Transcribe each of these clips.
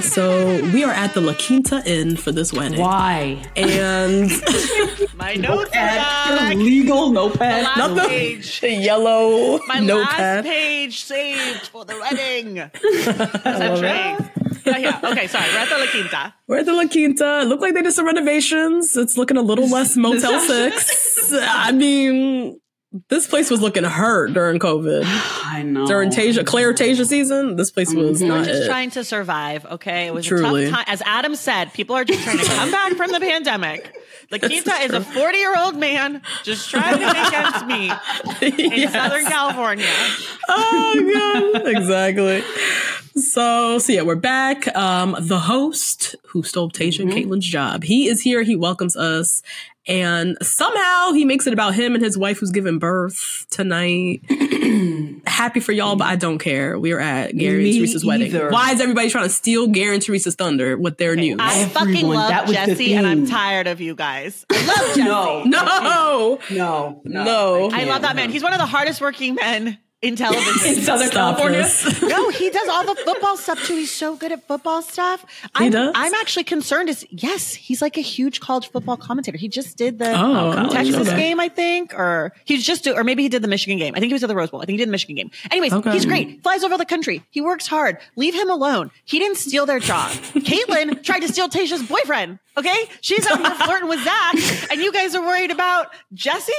So we are at the La Quinta Inn for this wedding. Why? And My notes are Notepad. back. legal notepad, last not the page. yellow My last notepad. page saved for the wedding. Concentrate. Oh, yeah. Okay, sorry. We're at the La Quinta. We're at the La Quinta. Look like they did some renovations. It's looking a little less Motel Six. I mean, this place was looking hurt during COVID, I know. during Tasia Claire Tasia season. This place was not Just it. trying to survive, okay? It was Truly. a tough time. As Adam said, people are just trying to come back from the pandemic. La Quinta is a 40 year old man just trying to make ends meet in Yes. Southern California. oh god exactly so so yeah we're back um the host who stole tasha and caitlin's job he is here he welcomes us and somehow he makes it about him and his wife who's giving birth tonight happy for y'all but i don't care we are at gary and Me teresa's wedding either. why is everybody trying to steal gary and teresa's thunder with their news I fucking Everyone, that love was the Jesse and I'm theme. tired of you guys. I love Jesse. No, no no, no. No. I love that man. He's one of the hardest working men in television. In Southern Stop California. this. No, he does all the football stuff too. He's so good at football stuff. I'm, does? I'm actually concerned. Is yes, he's like a huge college football commentator. He just did the Oh, college, Texas okay. game, I think, or he's just do, or maybe he did the Michigan game. I think he was at the Rose Bowl. I think he did the Michigan game. Anyways, Okay. he's great. Flies over the country. He works hard. Leave him alone. He didn't steal their job. Caitlin tried to steal Tasha's boyfriend. Okay, she's out there flirting with Zach, and you guys are worried about Jesse.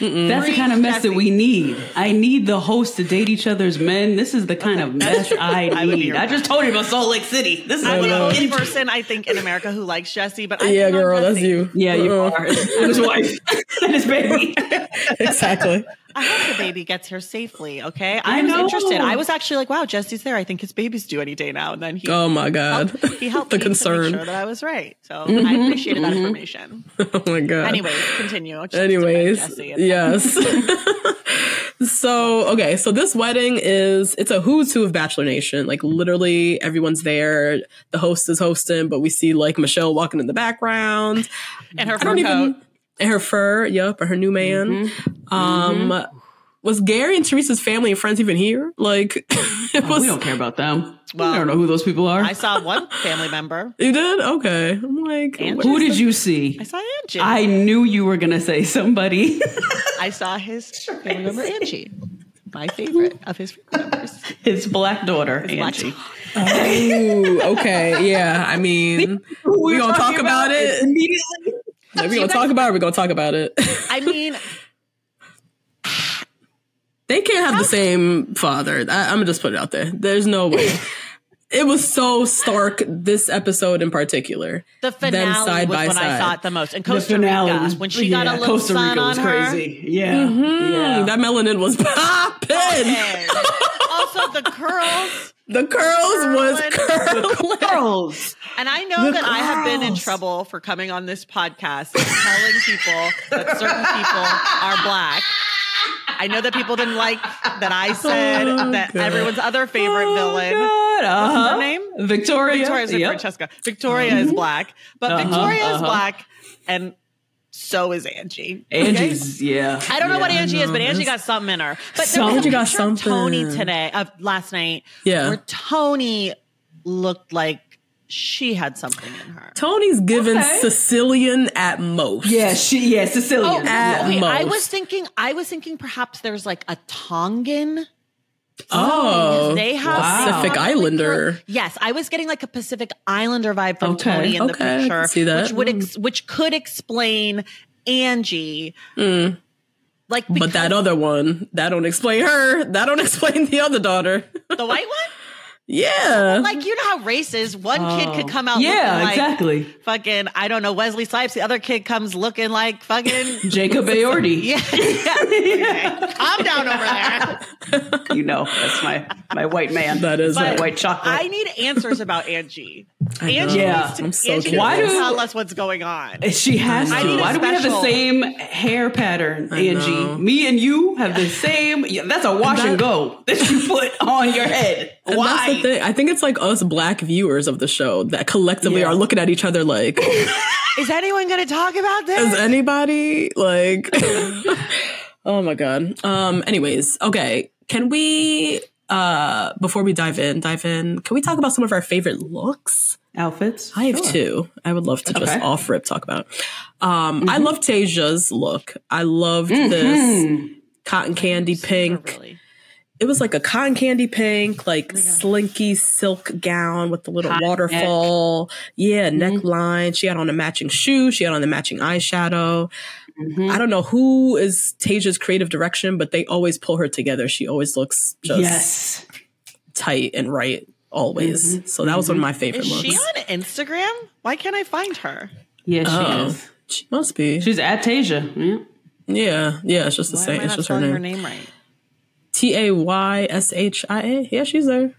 That's the kind of mess that we need. I need the hosts to date each other's men. This is the kind of mess I I would be need. your I just told you about Salt Lake City. This is I'm what the I only need. person I think in America who likes Jesse, but I yeah think I'm girl that's Jesse. you Yeah, you Uh-uh. are. And his wife and his baby. exactly I hope the baby gets here safely. Okay, I I was know. interested. I was actually like, wow, Jesse's there. I think his baby's due any day now. And then he oh my god helped, he helped the me to make concern sure that I was right. So I Mm-hmm. appreciated that information. oh my god Anyways, continue. Just about Anyways, Jesse and- yes. so okay, so this wedding is it's a who's who of Bachelor Nation. Like literally everyone's there. The host is hosting, but we see like Michelle walking in the background. and her I don't fur coat. even and her fur, yup, or her new man. Um was Gary and Teresa's family and friends even here? Like it We was don't care about them. Well, we don't know who those people are. I saw one family member. you did? Okay. I'm like And- who did you see? I saw Angie. I I, knew you were going to say somebody. saw his family member Angie, my favorite of his family members. His black daughter, black Angie. Ooh, okay. Yeah. I mean we're gonna talk about it. immediately. We're gonna talk about it, we're gonna talk about it. I mean, They can't have the same father. I, I'm gonna just put it out there. There's no way. it was so stark. This episode in particular. the finale side was by when I side. saw it the most. And The Costa finale Rica, was- when she yeah, got a little Costa sun Rica was on her. crazy. Yeah. Mm, yeah. That melanin was popping. And also the curls. The curls was Curling. curling. Girls. And I know The that I have been in girls. trouble for coming on this podcast and telling people that certain people are black. I know that people didn't like that I said Oh, that God. everyone's other favorite Oh, villain. God. What's Uh-huh. her name? Victoria. Victoria's Yep. Mm-hmm. Francesca. Victoria is black, but Uh-huh, Victoria is uh-huh. black and so is Angie. Angie's, yeah. I don't know yeah. what Angie is, but no, Angie got that's- something in her. But there Some- was Angie a got picture of Tony something. today, uh, last night, Yeah. where Tony looked like she had something in her. Tony's given Sicilian at most. Yeah, she, yeah, Sicilian. Oh, At okay. I most. was thinking. I was thinking perhaps there's like a Tongan. Oh, they have Pacific probably Islander. pure- yes, I was getting like a Pacific Islander vibe from Okay, Tony okay, in I the can picture, see that. Mm. which would ex- which could explain Angie. Mm. Like, But that other one, that don't explain her. That don't explain the other daughter. the white one, yeah. like you know how race is. One kid Oh. could come out, yeah, looking like exactly. Fucking, I don't know Wesley Snipes. The other kid comes looking like fucking. Jacob Aorti. Yeah, yeah. Okay. I'm down over there. You know, that's my my white man. That is my it. white chocolate. I need answers about Angie. Angie Yeah. needs to, I'm so curious. Angie needs to Why do- tell us what's going on. She has need to. a Why do we have the special- same hair pattern, know. Angie? Me and you have the same. yeah, That's a wash and go that you put on your head. And Why? That's the thing. I think it's like us black viewers of the show that collectively Yeah. are looking at each other like, is Is anyone going to talk about this? anybody like, oh my God. Um, anyways, okay. Can we, uh, before we dive in, dive in, can we talk about some of our favorite looks? Outfits. I have two. I would love to just Okay. off rip talk about. Um, I love Tasia's look. I loved this cotton candy pink. Really. It was like a cotton candy Oh pink, like slinky silk gown with the little waterfall. Yeah, Mm-hmm. neckline. She had on a matching shoe. She had on the matching eyeshadow. Mm-hmm. I don't know who is Tasia's creative direction, but they always pull her together. She always looks just Yes. tight and right. Always. So that was one of my favorite Mm-hmm. Is looks. she on Instagram? Why can't I find her? Yes, Oh. she is. She must be. She's at Tasia. Yeah. Yeah, yeah, it's just the Why am same. I It's not just her spelling her name. name right? T A Y S H I A. Yeah, she's there.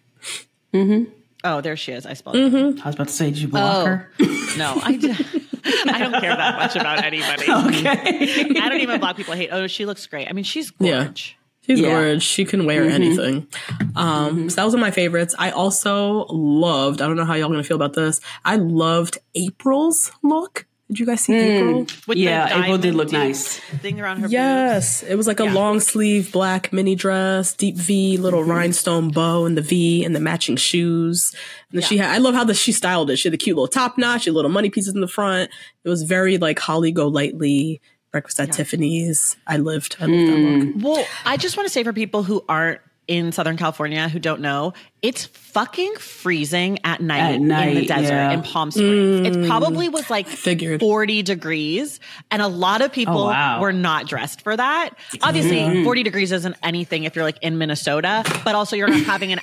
Oh, there she is. I spelled I was about to say, did you Oh. block her? it. No, I, d- I don't care that much about anybody. Okay. I don't even block people I hate. Oh, she looks great. I mean, she's Yeah. gorge. She's Yeah. gorgeous. She can wear anything. Um, So that was one of my favorites. I also loved. I don't know how y'all gonna feel about this. I loved April's look. Did you guys see April? With the Yeah, April did diamond look deep nice. Thing around her. boobs. Yes, it was like a long sleeve black mini dress, deep V, little rhinestone bow, and the V, and the matching shoes. And then she had. I love how the, she styled it. She had the cute little top knot. She had little money pieces in the front. It was very like Holly Golightly. Breakfast at Tiffany's. I lived. I lived that look. Well, I just want to say for people who aren't in Southern California who don't know, it's fucking freezing at night, At night, in the desert yeah. Mm. in Palm Springs. It probably was like Figured. 40 degrees, and a lot of people Oh, wow. Mm. were not dressed for that. Obviously, 40 degrees isn't anything if you're like in Minnesota, but also you're not having an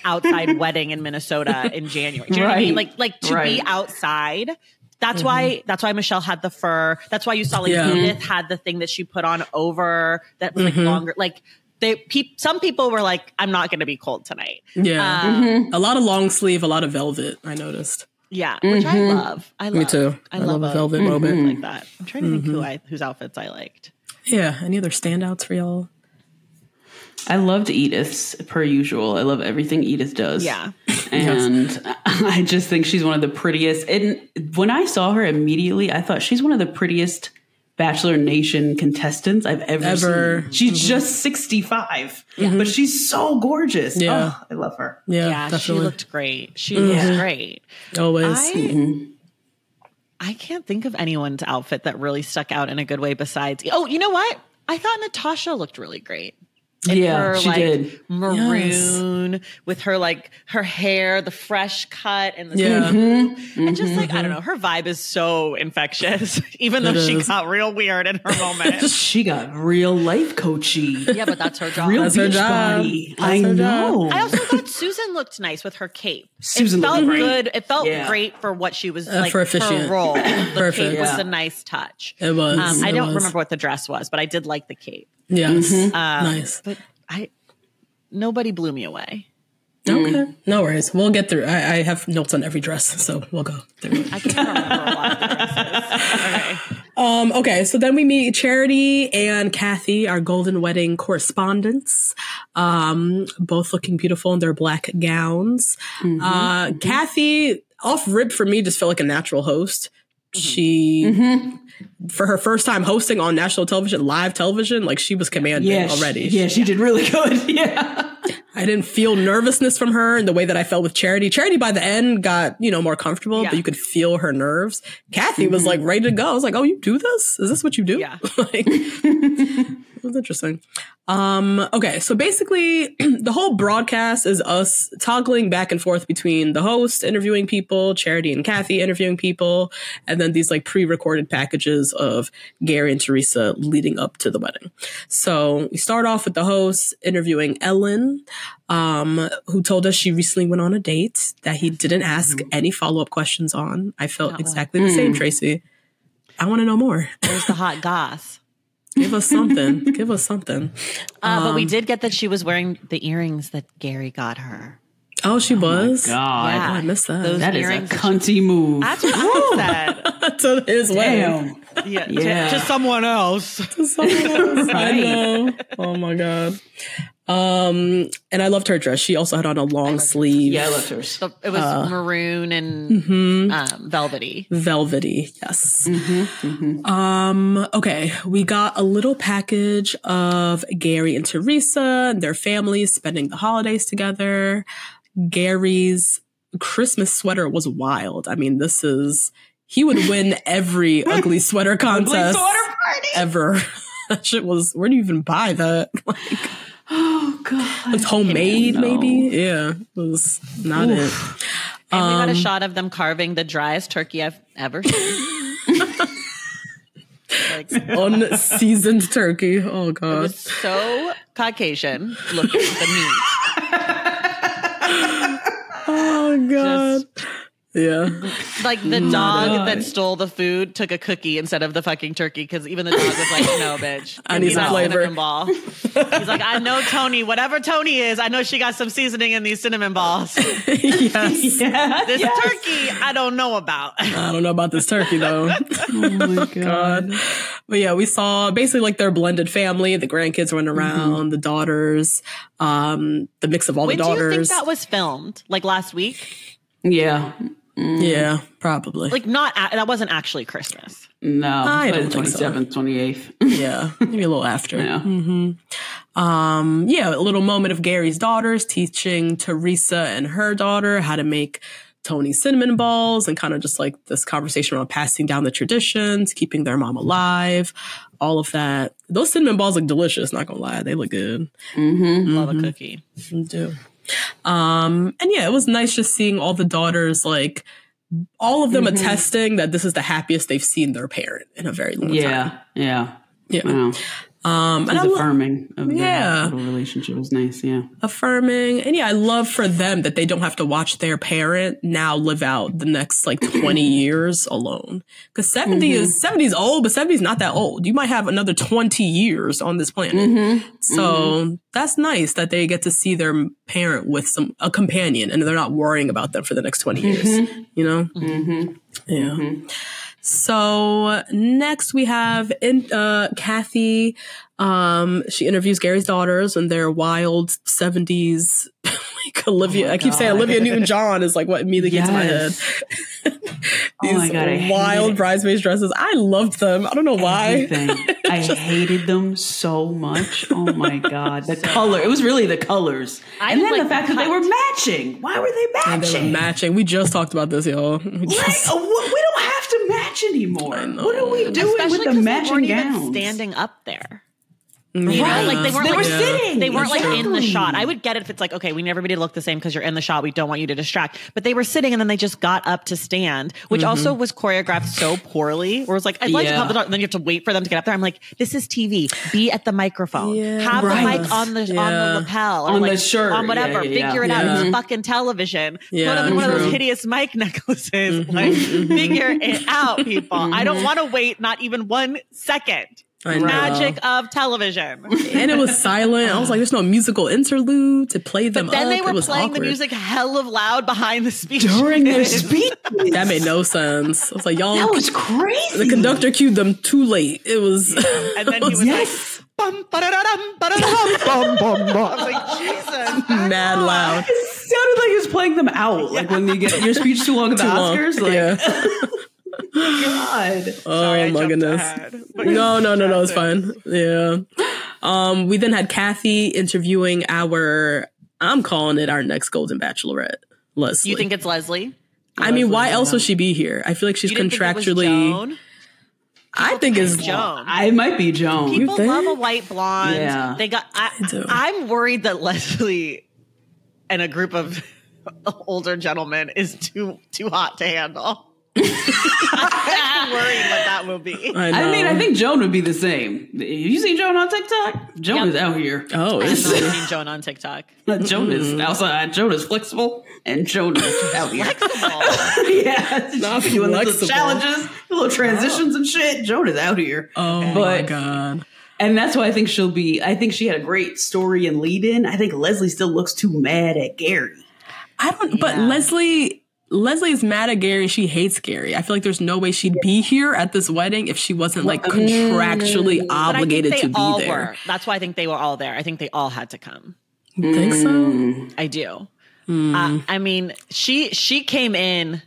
outside wedding in Minnesota in January. Do you know what I mean? Right. Like like to be Right. outside. That's why that's why Michelle had the fur. That's why you saw like Mm-hmm. Yeah. Mm-hmm. Edith had the thing that she put on over that was like longer. Like they pe- some people were like, I'm not gonna be cold tonight. Yeah. Um, A lot of long sleeve, a lot of velvet, I noticed. Yeah, which I love. I love. Mm-hmm. Me too. I, I love, love a velvet Mm-hmm. moment moment. like that. I'm trying to think who I whose outfits I liked. Yeah. Any other standouts for y'all? I loved Edith's per usual. I love everything Edith does. Yeah. And I just think she's one of the prettiest. And when I saw her immediately, I thought she's one of the prettiest Bachelor Nation contestants I've ever, Ever. Mm-hmm. seen. She's just 65, but she's so gorgeous. Yeah. Oh, I love her. Yeah, Yeah, she definitely. Mm-hmm. looked great. She looks great. Always. I, I can't think of anyone's outfit that really stuck out in a good way besides. Oh, you know what? I thought Natasha looked really great. yeah, her she like did. maroon with her like her hair, the fresh cut and the yeah. and just like I don't know, her vibe is so infectious, even though she got real weird in her moment. She got real life coachy. yeah, but that's her job. Real her beach job. body. That's I her job. know. I also thought Susan looked nice with her cape. Susan it felt looked great. good. It felt Yeah. great for what she was like for for her efficient. role. The Perfect. cape was Yeah. a nice touch. It was. Um, I It don't was. remember what the dress was, but I did like the cape. Yes. nice. But I nobody blew me away. Okay. Mm. No worries. We'll get through. I, I have notes on every dress, so we'll go through. it. I can't remember a lot of the dresses. Okay. Um, okay. So then we meet Charity and Kathy, our golden wedding correspondents. Um, both looking beautiful in their black Mm-hmm, gowns. Uh, Kathy, off rip for me, just felt like a natural host. Mm-hmm. She for her first time hosting on national television, live television, like she was commanding Yeah, she- already. yeah, she did really good. Yeah. I didn't feel nervousness from her in the way that I felt with Charity. Charity by the end got, you know, more comfortable, Yeah. Mm-hmm. but you could feel her nerves. Kathy was like ready to go. I was like, oh, you do this? Is this what you do? Yeah. like, it was interesting. Um, okay. So basically, the whole broadcast is us toggling back and forth between the host interviewing people, Charity and Kathy interviewing people, and then these like pre recorded packages of Gary and Teresa leading up to the wedding. So we start off with the host interviewing Ellen, um, who told us she recently went on a date that he didn't ask any follow up questions on. I felt exactly the same, Tracy. I want to know more. There's the hot goss. Give us something. Give us something. Uh, but we did get that she was wearing the earrings that Gary got her. Oh, she was. God. Yeah. Oh, I missed that. Those That is a earrings. cunty move. That's what I said. to his way. Damn. Yeah, Yeah. someone else. To someone else. I know. Oh my god. Um, and I loved her dress. She also had on a long sleeve. Yeah, I loved hers. So It was maroon and um, velvety. velvety. Yes. Um, okay. We got a little package of Gary and Teresa and their families spending the holidays together. Gary's Christmas sweater was wild. I mean, this is, he would win every ugly sweater contest ever. that shit was, where do you even buy that? Like, Oh God. it was homemade, know. maybe? Yeah. It was not it. And we got a shot of them carving the driest turkey I've ever seen. like, it Unseasoned turkey. Oh, God. was so Caucasian looking, the meat. Oh god. yeah. Like the dog that stole the food took a cookie instead of the fucking turkey because even the dog was like, no, bitch. I give need me some that flavor." Cinnamon ball. He's like, I know Tony, whatever Tony is, I know she got some seasoning in these cinnamon balls. This yes. Yeah. turkey, I don't know about. I don't know about this turkey though. Oh my God. God. But yeah, we saw basically like their blended family. The grandkids running Mm-hmm. around, the daughters, um, the mix of all When the do you daughters. think that was filmed? Like last week? Yeah. yeah, probably. Like not a- that wasn't actually Christmas. No. I but don't think so. 27th, 28th. yeah, maybe a little after. Yeah. Um, yeah, a little moment of Gary's daughters teaching Teresa and her daughter how to make Tony cinnamon balls and kind of just like this conversation around passing down the traditions, keeping their mom alive, all of that. Those cinnamon balls look delicious, not gonna lie. They look good. Love Mm-hmm. a cookie. They do. Um, and yeah, it was nice just seeing all the daughters like all of them attesting that this is the happiest they've seen their parent in a very long time. Yeah. Yeah. Yeah. Wow. Um, and It I was lo- affirming of Yeah. their little relationship. It was nice. Yeah. affirming. And yeah, I love for them that they don't have to watch their parent now live out the next like 20 years alone. Cause 70 is 70 is old, but 70 is not that old. You might have another 20 years on this planet. Mm-hmm. So that's nice that they get to see their m- parent with some a companion and they're not worrying about them for the next 20 years, you know? Mm-hmm. Yeah. Mm-hmm. So next we have in, uh, Kathy. Um, she interviews Gary's daughters and their wild seventies. like Oh Olivia, I keep saying Olivia Newton John is like what immediately gets in my head. Yes. Oh my God, I hated wild it. bridesmaids dresses. I loved them. I don't know why. Everything. I hated them so much. Oh my god, the color. It was really the colors, I and didn't then the like fact the that they cut. were matching. Why were they And they matching? were matching. We just talked about this, y'all. We Like, just- uh, what- we don't have to match anymore. know. What are we doing with Especially the 'cause they matching weren't gowns? even standing up there. Yeah. Right, like they weren't They like were sitting. They weren't like in the Exactly. shot. I would get it if it's like, okay, we need everybody to look the same because you're in the shot. We don't want you to distract. But they were sitting and then they just got up to stand, which also was choreographed so poorly. Where it was like, I'd like to Mm-hmm. Yeah. pop the dog, and then you have to wait for them to get up there. I'm like, this is TV. Be at the microphone. Yeah. Have Right. the mic on the on Yeah. the lapel or On the like, shirt. on Yeah, whatever. yeah, yeah. Figure it out. It's fucking television. Yeah, Put them in one of true. those hideous mic necklaces. Mm-hmm. Like, figure it out, people. I don't want to wait not even one second. I know. Magic of television. and it was silent. I was like, there's no musical interlude to play them But then up. they It were was playing the awkward. music hell of loud behind the speech. during their speech. That made no sense. I was like, y'all, That was the crazy. conductor cued them too late. It was. and then he was Yes. like, bum, ba-da-dum, ba-da-dum, bum, bum, bum. I was like, Jesus. back mad off. loud. It sounded like he was playing them out. Like when you get your speech too long at the Too long. Oscars. Like, yeah. God. Oh my goodness. No, no, no, no, it's fine. Yeah. Um, we then had Kathy interviewing our I'm calling it our next Golden Bachelorette. Leslie. You think it's Leslie? I mean, why else would she be here? I feel like she's You didn't think it was contractually. Joan? Oh. I think it's Joan. I might be Joan. People think? love a white blonde. Yeah. They got. I, do. I'm worried that Leslie and a group of older gentlemen is too too hot to handle. I'm worried what that will be. I, know. I mean, I think Joan would be the same. You seen Joan on TikTok? Joan is out here. Uh, Oh, Mm-hmm. I've it's- seen Joan on TikTok. Joan is outside. Joan is flexible, and Joan is out here. Oh, yeah, Not she's doing little flexible. challenges, little transitions, and shit. Joan is out here. oh my But- god. And that's why I think she'll be. I think she had a great story and lead in. I think Leslie still looks too mad at Gary. I don't. But Leslie, Leslie is mad at Gary. and She hates Gary. I feel like there's no way she'd be here at this wedding if she wasn't like contractually mm. but I think obligated they to be all there. were. That's why I think they were all there. I think they all had to come. You Think so? Mm. I do. Hmm. Uh, I mean, she she came in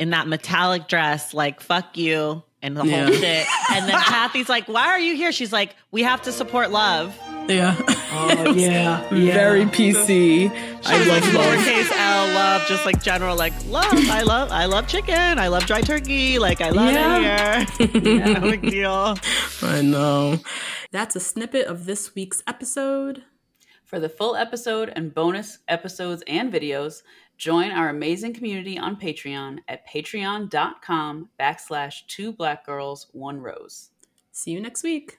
in that metallic dress, like "fuck you" and the Yeah. whole shit. And then Kathy's like, "Why are you here?" She's like, "We have to support love." Yeah. Oh yeah, Very PC. I love love. Lowercase L love, just like general, like love. I love, I love chicken. I love dry turkey. Like I love it here. no big deal. I know. That's a snippet of this week's episode. For the full episode and bonus episodes and videos, join our amazing community on Patreon at patreon.com backslash two black girls, one rose. See you next week.